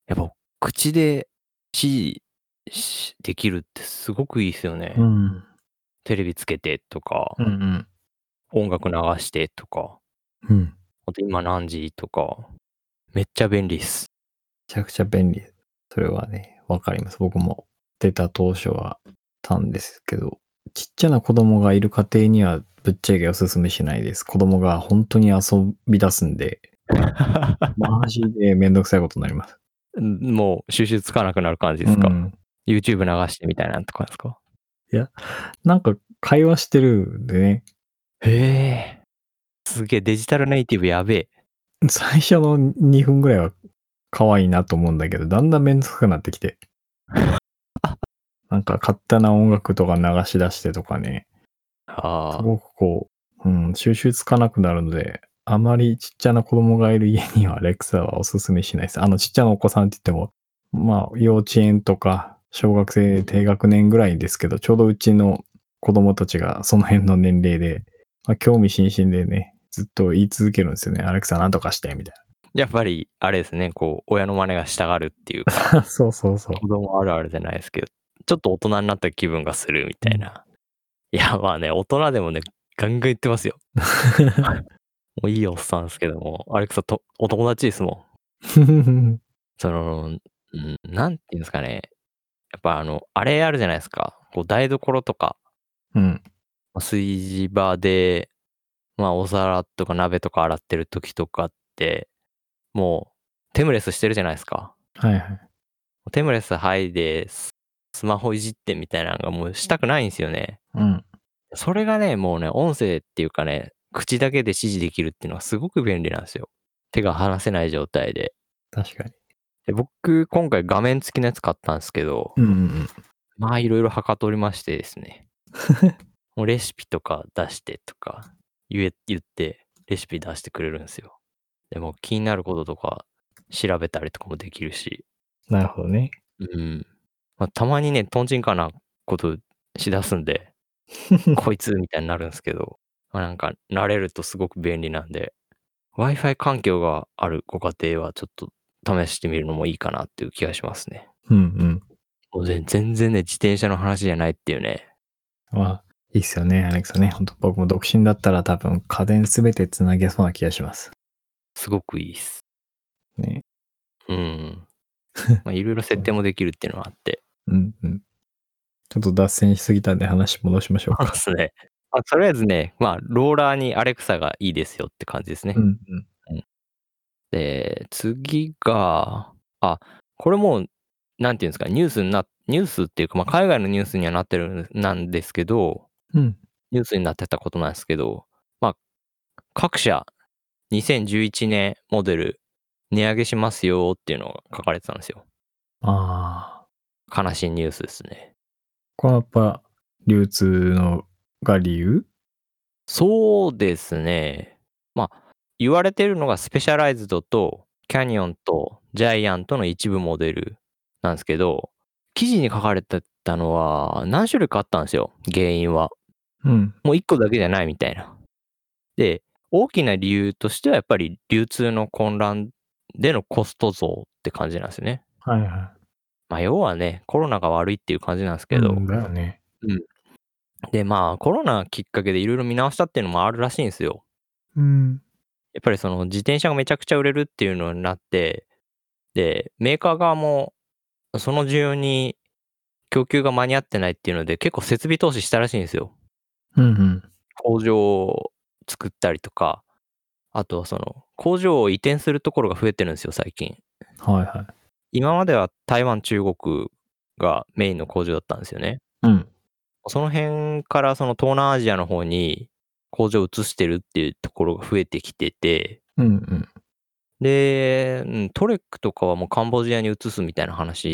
S2: やっぱ口で指示しできるってすごくいいですよね。
S1: うん。
S2: テレビつけてとか
S1: う、ん
S2: 音楽流してとか、
S1: うん。うん。め
S2: あと今何時とか、めっちゃ便利っ
S1: [LAUGHS]
S2: す。
S1: ちゃくちゃ便利。それはね、わかります。僕も出た当初はたんですけど、ちっちゃな子供がいる家庭にはぶっちゃけおすすめしないです。子供が本当に遊び出すんで、マジでめんどくさいことになります。
S2: もう収集つかなくなる感じですか、
S1: うん
S2: ?YouTube 流してみたいなんとかですか
S1: なんか会話してるんでね、
S2: へえ。すげえ、デジタルネイティブやべえ。
S1: 最初の2分ぐらいは可愛いなと思うんだけど、だんだんめんどくさくなってき [LAUGHS] て。なんか勝手な音楽とか流し出してとかね、
S2: あ
S1: す
S2: あ。
S1: ごくこう、うん、収集つかなくなるので、あまりちっちゃな子供がいる家にはア [LAUGHS] レクサはおすすめしないです。あのちっちゃなお子さんって言っても、まあ幼稚園とか小学生低学年ぐらいですけど、ちょうどうちの子供たちがその辺の年齢で、まあ興味津々でね、ずっと言い続けるんですよね。アレクサなんとかして、みたいな。
S2: やっぱり、あれですね、こう、親の真似がしたがるっていうか。
S1: [LAUGHS] そうそうそう。
S2: 子供あるあるじゃないですけど、ちょっと大人になった気分がするみたいな。いや、まあね、大人でもね、ガンガン言ってますよ。もういいおっさんですけども、アレクサと、お友達ですもん。
S1: [LAUGHS]
S2: その、うん、なんていうんですかね。やっぱあの、あれあるじゃないですか。こう台所とか、
S1: うん。
S2: まあ炊事場で、まあお皿とか鍋とか洗ってる時とかって、もう、テムレスしてるじゃないですか。
S1: はいはい。
S2: テムレスハイでススマホいじってみたいなのがもうしたくないんですよね。
S1: うん。
S2: それがね、もうね、音声っていうかね、口だけで指示できるっていうのはすごく便利なんですよ。手が離せない状態で。
S1: 確かに。
S2: で僕、今回画面付きのやつ買ったんですけど、
S1: うんうん
S2: まあいろいろはかとりましてですね。もうレシピとか出してとか言え言って、レシピ出してくれるんですよ。でも気になることとか調べたりとかもできるし、
S1: なるほどね。
S2: うん。まあ、たまに [LAUGHS] ね、とんちんかなことしだすんで、こいつみたいになるんですけど、まあなんか慣れるとすごく便利なんで、Wi-Fi 環境があるご家庭はちょっと試してみるのもいいかなっていう気がしますね。
S1: うん
S2: もう全全然ね、自転車の話じゃないっていうね。
S1: うん。まあ、いいっすよね、アレクサね。本当僕も独身だったら多分家電すべてつなげそうな気がします。
S2: すごくいいっす。
S1: ね。
S2: [LAUGHS] うん。まあ、いろいろ設定もできるっていうのはあって。
S1: うんうん。ちょっと脱線しすぎたんで話戻しましょう
S2: そう
S1: か
S2: で。すね。まあ、とりあえずね、まあ、ローラーにアレクサがいいですよって感じですね。
S1: うんうん。
S2: で、次が、あ、これもう、なんていうんですか、ニュースにな、ニュースっていうか、まあ、海外のニュースにはなってるんなんですけど、
S1: うん。
S2: ニュースになってたことなんですけど、まあ、各社、2011年モデル、値上げしますよっていうのが書かれてたんですよ。
S1: ああ。
S2: 悲しいニュースですね。
S1: これはやっぱ流通のが理由
S2: そうですね。まあ、言われてるのがスペシャライズドとキャニオンとジャイアントの一部モデルなんですけど、記事に書かれてたのは何種類かあったんですよ、原因は。
S1: うん。
S2: もう1個だけじゃないみたいな。で、大きな理由としてはやっぱり流通の混乱でのコスト増って感じなんですね。
S1: はいは
S2: まあ、要はね、コロナが悪いっていう感じなんです
S1: い。
S2: けど、
S1: うんだよね。
S2: で、まあ、コロナきっかけでいろいろ見直したっていうのもあるらしいんですよ。
S1: うん。
S2: やっぱりその自転車がめちゃくちゃ売れるっていうのになって、で、メーカー側もその需要に供給が間に合ってないっていうので、結構設備投資したらしいんですよ。
S1: うんうん。
S2: 工場を作ったりとか、あとはその工場を移転するところが増えてるんですよ、最近。
S1: はいは
S2: 今までは台湾、中国がメインの工場だったんですよね。
S1: い。うん。
S2: その辺からその東南アジアの方に工場を移してるっていうところが増えてきてて、
S1: うんうん。
S2: で、うんトレックとかはもうカンボジアに移すみたいな話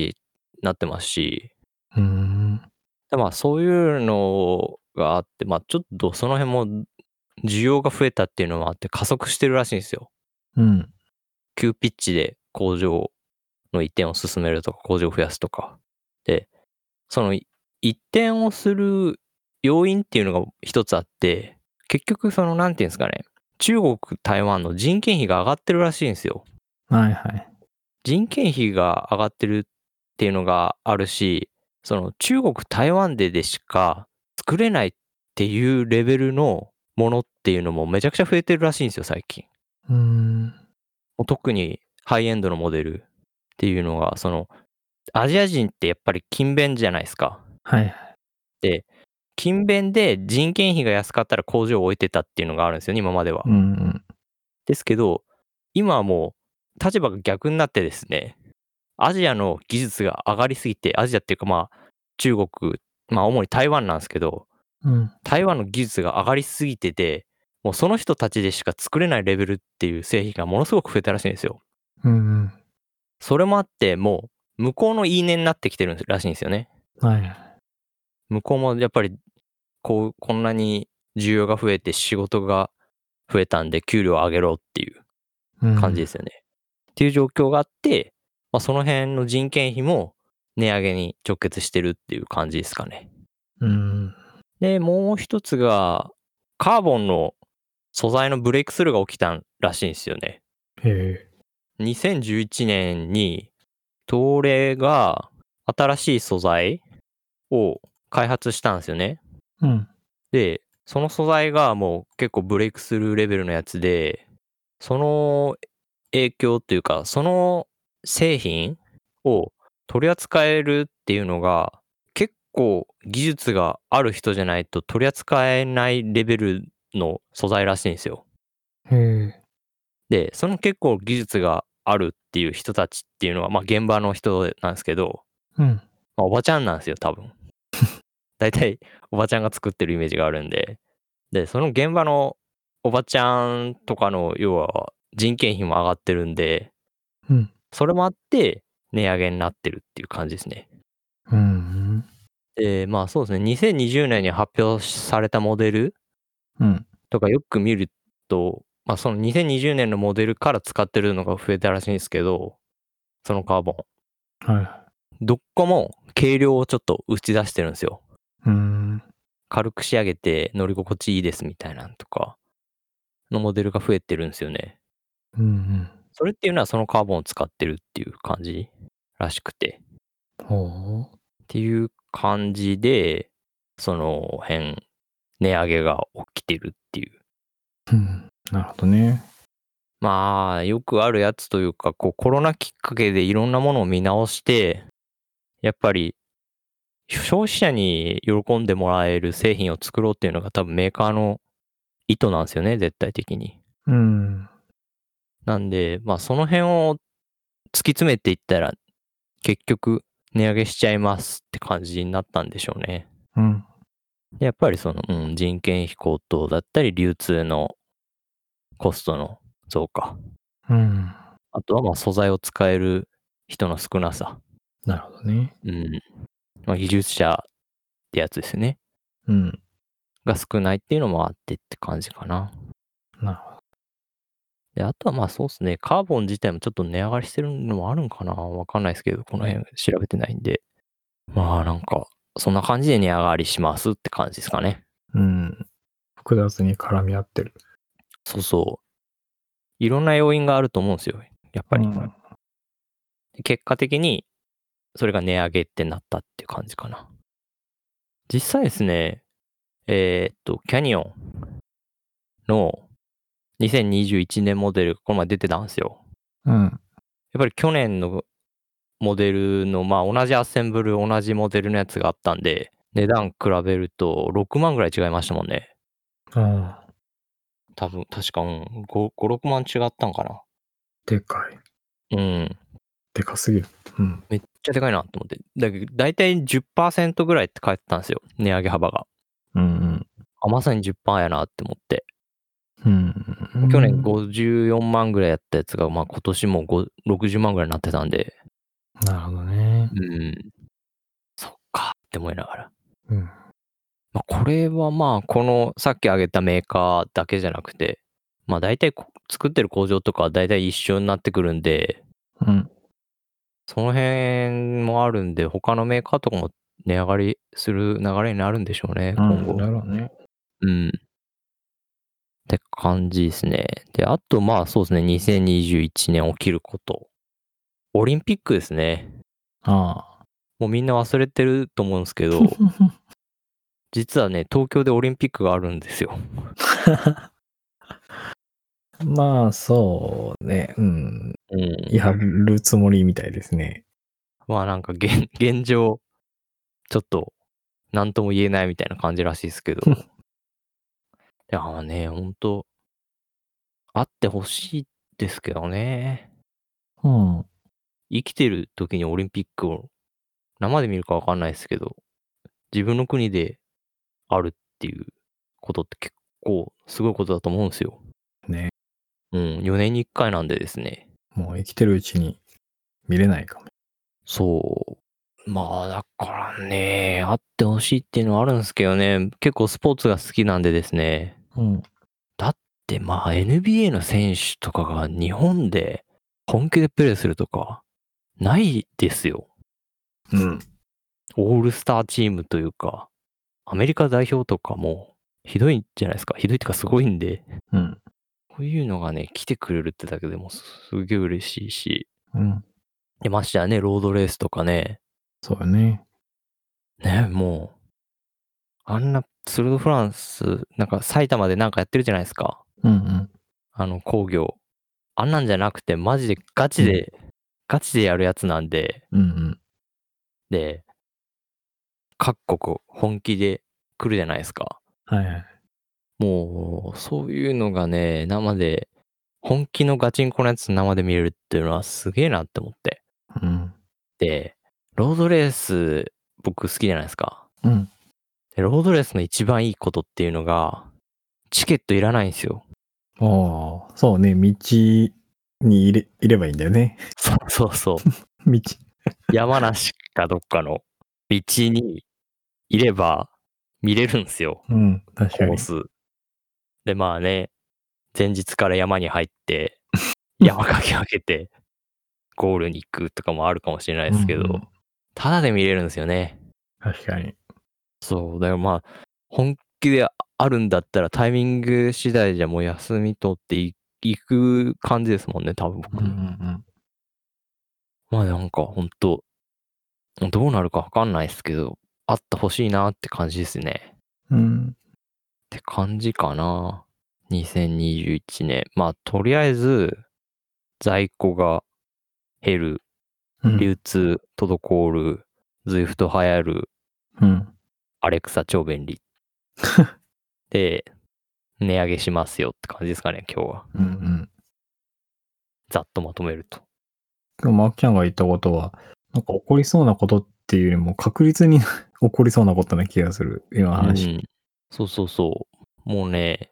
S2: になってますし、
S1: うーん。
S2: でまあそういうのがあって、まあちょっとその辺も需要が増えたっていうのもあって加速してるらしいんですよ。
S1: うん。
S2: 急ピッチで工場の移転を進めるとか、工場を増やすとか。で、その移転をする要因っていうのが一つあって、結局そのなんていうんですかね、中国、台湾の人件費が上がってるらしいんですよ。
S1: はいはい。
S2: 人件費が上がってるっていうのがあるし、その中国、台湾ででしか作れないっていうレベルのものっていうのもめちゃくちゃ増えてるらしいんですよ、最近。
S1: うーん。
S2: もう特にハイエンドのモデルっていうのが、そのアジア人ってやっぱり勤勉じゃないですか。
S1: はいはい。
S2: 勤勉で人件費が安かったら工場を置いてたっていうのがあるんですよね、今までは
S1: う。んうん。
S2: ですけど、今はもう立場が逆になってですね、アジアの技術が上がりすぎて、アジアっていうかまあ中国、まあ主に台湾なんですけど、
S1: うん。
S2: 台湾の技術が上がりすぎてて、もうその人たちでしか作れないレベルっていう製品がものすごく増えたらしいんですよ。
S1: うんうん。
S2: それもあって、もう向こうの言い値になってきてるらしいんですよね。
S1: はいはい。
S2: 向こうもやっぱりこう、こんなに需要が増えて仕事が増えたんで給料を上げろっていう
S1: うん
S2: 感じですよね。っていう状況があって、まあ、その辺の人件費も値上げに直結してるっていう感じですかね。
S1: うん。
S2: で、もう一つが、カーボンの素材のブレイクスルーが起きたらしいんですよね。
S1: へえ。
S2: 2011年に、東レが新しい素材を開発したんですよね。
S1: うん。
S2: で、その素材がもう結構ブレイクスルーレベルのやつで、その影響というか、その製品を取り扱えるっていうのが、結構技術がある人じゃないと取り扱えないレベルの素材らしいんですよ。
S1: へえ。
S2: で、その結構技術があるっていう人たちっていうのは、まあ現場の人なんですけど、
S1: うん。
S2: まあ、おばちゃんなんですよ、
S1: [LAUGHS]
S2: 多分。大体、おばちゃんが作ってるイメージがあるんで。で、その現場のおばちゃんとかの、要は人件費も上がってるんで、
S1: うん
S2: それもあって、値上げになってるっていう感じですね。
S1: うん。
S2: で、まあそうですね、2020年に発表されたモデル
S1: うん。
S2: とかよく見ると、まあその2020年のモデルから使ってるのが増えたらしいんですけど、そのカーボン。
S1: はいは
S2: どっこも軽量をちょっと打ち出してるんですよ。
S1: い。うん。
S2: 軽く仕上げて乗り心地いいですみたいなんとか、のモデルが増えてるんですよね。
S1: うんうん。
S2: それっていうのはそのカーボンを使ってるっていう感じらしくて。
S1: ほ
S2: っていう感じで、その辺、値上げが起きてるっていう。
S1: う。うん。なるほどね。
S2: まあ、よくあるやつというか、こう、コロナきっかけでいろんなものを見直して、やっぱり、消費者に喜んでもらえる製品を作ろうっていうのが多分メーカーの意図なんですよね、絶対的に。
S1: うん。
S2: なんで、まあ、その辺を突き詰めていったら、結局、値上げしちゃいますって感じになったんでしょうね。
S1: うん。
S2: でやっぱりその、うん、人件費高騰だったり、流通のコストの増加。
S1: うん。
S2: あとはまあ素材を使える人の少なさ。
S1: なるほどね。
S2: うん。まあ、技術者ってやつですね。
S1: うん。
S2: が少ないっていうのもあってって感じかな。
S1: なるほど。
S2: で、あとはまあそうですね。カーボン自体もちょっと値上がりしてるのもあるんかなわかんないですけど、この辺調べてないんで。まあなんか、そんな感じで値上がりしますって感じですかね。
S1: うん。複雑に絡み合ってる。
S2: そうそう。いろんな要因があると思うんですよ。やっぱり。
S1: うん
S2: 結果的にそれが値上げってなったっていう感じかな。実際ですね、えーっと、キャニオンの2021年モデル、この前出てたんですよ。
S1: うん。
S2: やっぱり去年のモデルの、まあ同じアッセンブル、同じモデルのやつがあったんで、値段比べると6万ぐらい違いましたもんね。
S1: ああ、
S2: 多分、確か、うん、5、6万違ったんかな。
S1: でかい。
S2: うん。
S1: でかすぎる。うん。
S2: めっちゃでかいなと思って。だけど、大体10%ぐらいって書いてたんですよ。値上げ幅が。
S1: うん
S2: あ、まさに10%やなって思って。
S1: うん。うん。
S2: 去年。54万ぐらいやったやつが、まあ今年も5 60万ぐらいになってたんで、
S1: なるほどね。
S2: うん。そっかって思いながら。
S1: うん。
S2: まあこれはまあ、このさっき挙げたメーカーだけじゃなくて、まあ大体こ作ってる工場とかは大体一緒になってくるんで、
S1: うん。
S2: その辺もあるんで、他のメーカーとかも値上がりする流れになるんでしょうね、今後。
S1: だろうね。
S2: うん。って感じですね。で、あと、まあそうですね、2021年起きること。オリンピックですね。
S1: あ [LAUGHS]
S2: もうみんな忘れてると思うんですけ [LAUGHS] ど、
S1: あ。
S2: 実はね、東京でオリンピックがあるんですよ。
S1: まあ、そうね。うん。
S2: うん。
S1: やるつもりみたいですね。
S2: まあなんか現、 [LAUGHS] 現状、ちょっと、なんとも言えないみたいな感じらしいですけど。いや、まあね、ほんと、あってほしいですけどね。
S1: うん。
S2: 生きてる時にオリンピックを生で見るかわかんないですけど、自分の国であるっていうことって結構すごいことだと思うんですよ。
S1: ね。
S2: うん、4年に1回なんでですね。
S1: もう生きてるうちに見れないかも。
S2: そう。まあだからね、あってほしいっていうのはあるんですけどね、結構スポーツが好きなんでですね。
S1: うん。
S2: で、まあ NBA の選手とかが日本で本気でプレーするとか、ないですよ。
S1: うん。
S2: オールスターチームというか、アメリカ代表とかもひどいんじゃないですか。ひどいっていうかすごいんで、
S1: うん。
S2: こういうのがね、来てくれるってだけでもすげえ嬉しいし、
S1: うん。
S2: でましてやね、ロードレースとかね、
S1: そうよね。
S2: ね、もう、あんな、ツールドフランス、なんか埼玉でなんかやってるじゃないですか。
S1: うんうん。
S2: あの工業。あんなんじゃなくて、マジでガチで、ガチでやるやつなんで、
S1: うん
S2: で、各国本気で来るじゃないですか。
S1: うん。はいはい。
S2: もう、そういうのがね、生で、本気のガチンコのやつ生で見れるっていうのはすげえなって思って。
S1: うん。
S2: で、ロードレース、僕好きじゃないですか。
S1: うん。
S2: でロードレースの一番いいことっていうのが、チケットいらないんですよ。 [LAUGHS]
S1: ああ、そうね。道にいれいればいいんだよね。 [LAUGHS]
S2: そうそうそう。
S1: 道。
S2: 山梨かどっかの道にいれば見れるんですよ。
S1: うん。確
S2: コ
S1: かに
S2: ー。ス。で、まあね、前日から山に入
S1: [LAUGHS]
S2: って、山かき上げて、ゴールに行くとかもあるかもしれないですけど、
S1: うんうん
S2: ただで見れるんですよね。
S1: 確かに。
S2: そう、だからまあ、本気であるんだったらタイミング次第じゃもう休み取ってい行く感じですもんね、多分僕。
S1: うん
S2: まあなんか本当どうなるかわかんないですけど、あってほしいなって感じですね。
S1: うん。うん。
S2: って感じかな。2021年。まあとりあえず、在庫が減る、
S1: うん
S2: 流通、滞る、Zwift 流行る、
S1: うん。
S2: アレクサ超便利。で、値上げしますよって感じですかね、今日は。
S1: うんうん。
S2: ざっとまとめると。
S1: でも、マーキちゃんが言ったことは、なんか起こりそうなことっていうよりも確率に [LAUGHS] 起こりそうなことな気がする。今の
S2: う
S1: 話。
S2: んそうそうそう。もうね、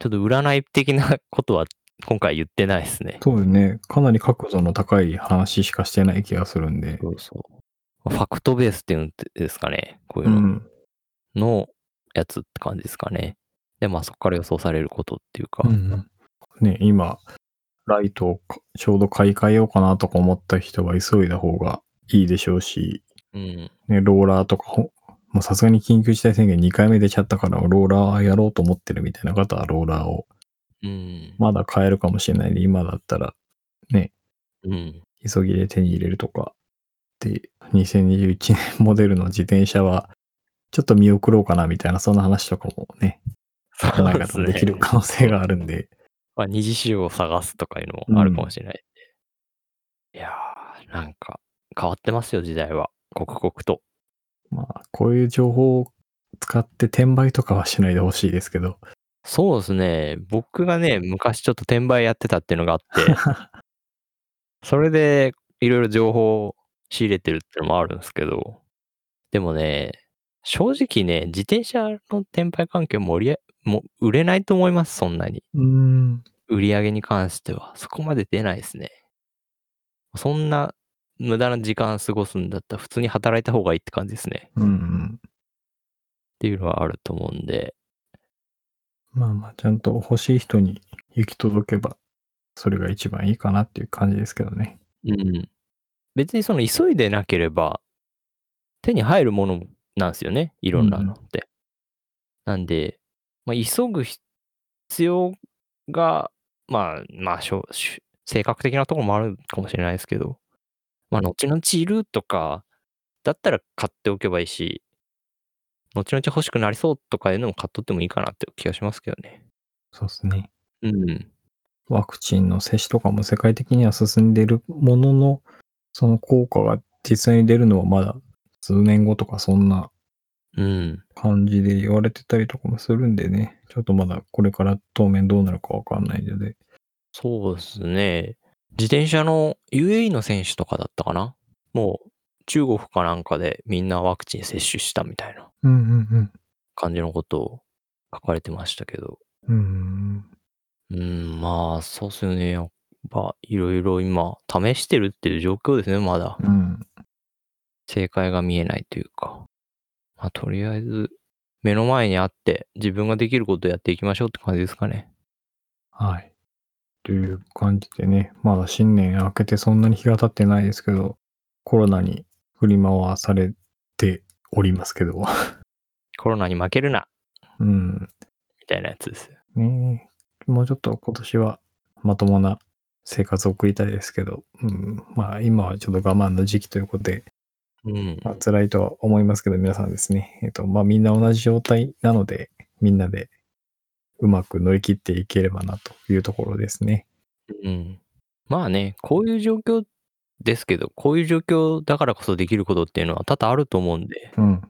S2: ちょっと占い的なことは今回言ってないですね。
S1: そうよね。かなり角度の高い話しかしてない気がするんで。
S2: そうそう。ファクトベースっていうんですかね、こういう
S1: う
S2: の、
S1: ん。
S2: のやつって感じですかね。で、まあそこから予想されることっていうか、
S1: うんね、今、ライトをかちょうど買い替えようかなとか思った人は急いだ方がいいでしょうし、
S2: うん、
S1: ね、ローラーとかほ、もうさすがに緊急事態宣言2回目出ちゃったから、ローラーやろうと思ってるみたいな方は、ローラーを
S2: うん、
S1: まだ買えるかもしれないんで、今だったら
S2: うん、
S1: 急ぎで手に入れるとか。で、2021年モデルの自転車は、ちょっと見送ろうかなみたいな、そんな話とかもね、考え方
S2: そう
S1: もできる
S2: すね
S1: 可能性があるんで、
S2: まあ、二次使用を探すとかいうのもあるかもしれないんで、いやー、なんか変わってますよ、時代は。刻々と。
S1: まあ、こういう情報を使って転売とかはしないでほしいですけど、
S2: そうですね。僕がね、昔ちょっと転売やってたっていうのがあ [LAUGHS] って、それでいろいろ情報を仕入れてるってのもあるんですけど、でもね、正直ね、自転車の転売関係盛りあもう売れないと思います、そんなに。
S1: うん。
S2: 売り上げに関しては、そこまで出ないですね。そんな無駄な時間過ごすんだったら、普通に働いた方がいいって感じですね。っ
S1: うんうん。
S2: ていうのはあると思うんで、
S1: まあまあ、ちゃんと欲しい人に行き届けば、それが一番いいかなっていう感じですけどね。
S2: うん。別にその急いでなければ、手に入るものなんですよね、いろんなのって。なんで、まあ、急ぐ必要が、まあ、まあ、しょし性格的なところもあるかもしれないですけど、まあ、後々いるとか、だったら買っておけばいいし、後々欲しくなりそうとかいうのも買っとってもいいかなって気がしますけどね。
S1: そうですね。
S2: うん。
S1: ワクチンの接種とかも世界的には進んでいるものの、その効果が実際に出るのはまだ数年後とかそんな
S2: うん。
S1: 感じで言われてたりとかもするんでね、ちょっとまだこれから当面どうなるかわかんないので。
S2: そうですね。自転車の UAE の選手とかだったかなもう中国かなんかでみんなワクチン接種したみたいな
S1: うんうん
S2: 感じのことを書かれてましたけど。
S1: うん。うん。
S2: うん、まあそうですよね。やっぱいろいろ今試してるっていう状況ですね、まだ。
S1: うん。
S2: 正解が見えないというか。まあとりあえず目の前にあって自分ができることをやっていきましょうって感じですかね。
S1: はい。という感じでね、まだ新年明けてそんなに日が経ってないですけど、コロナに振り回されておりますけど。 [LAUGHS]
S2: コロナに負けるな
S1: うん。
S2: みたいなやつです。
S1: ねえもうちょっと今年はまともな生活を送りたいですけど、うん、まあ今はちょっと我慢の時期ということで、
S2: うん。
S1: まあ、辛いとは思いますけど皆さんですね、えっとまあみんな同じ状態なので、みんなでうまく乗り切っていければなというところですね。
S2: うん。まあね、こういう状況ですけど、こういう状況だからこそできることっていうのは多々あると思うんで、
S1: うん。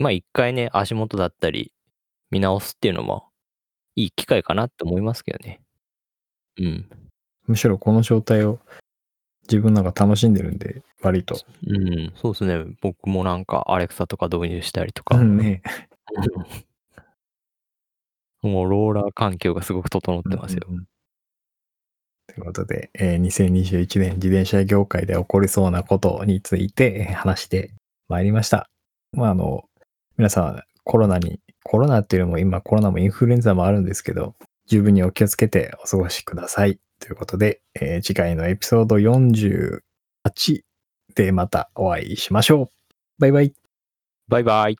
S2: まあ一回ね、足元だったり、見直すっていうのも、いい機会かなって思いますけどね。うん。
S1: むしろこの状態を自分なんか楽しんでるんで、割と。
S2: うん、そうですね。僕もなんか、アレクサとか導入したりとか、
S1: うんね。
S2: もうローラー環境がすごく整ってますよ。
S1: うんうんということで、えー2021年自転車業界で起こりそうなことについてえー話してまいりました。まあ、あの、皆さんコロナに、コロナっていうのも今コロナもインフルエンザもあるんですけど、十分にお気をつけてお過ごしください。ということで、えー次回のエピソード48でまたお会いしましょう。バイバイ。
S2: バイバイ。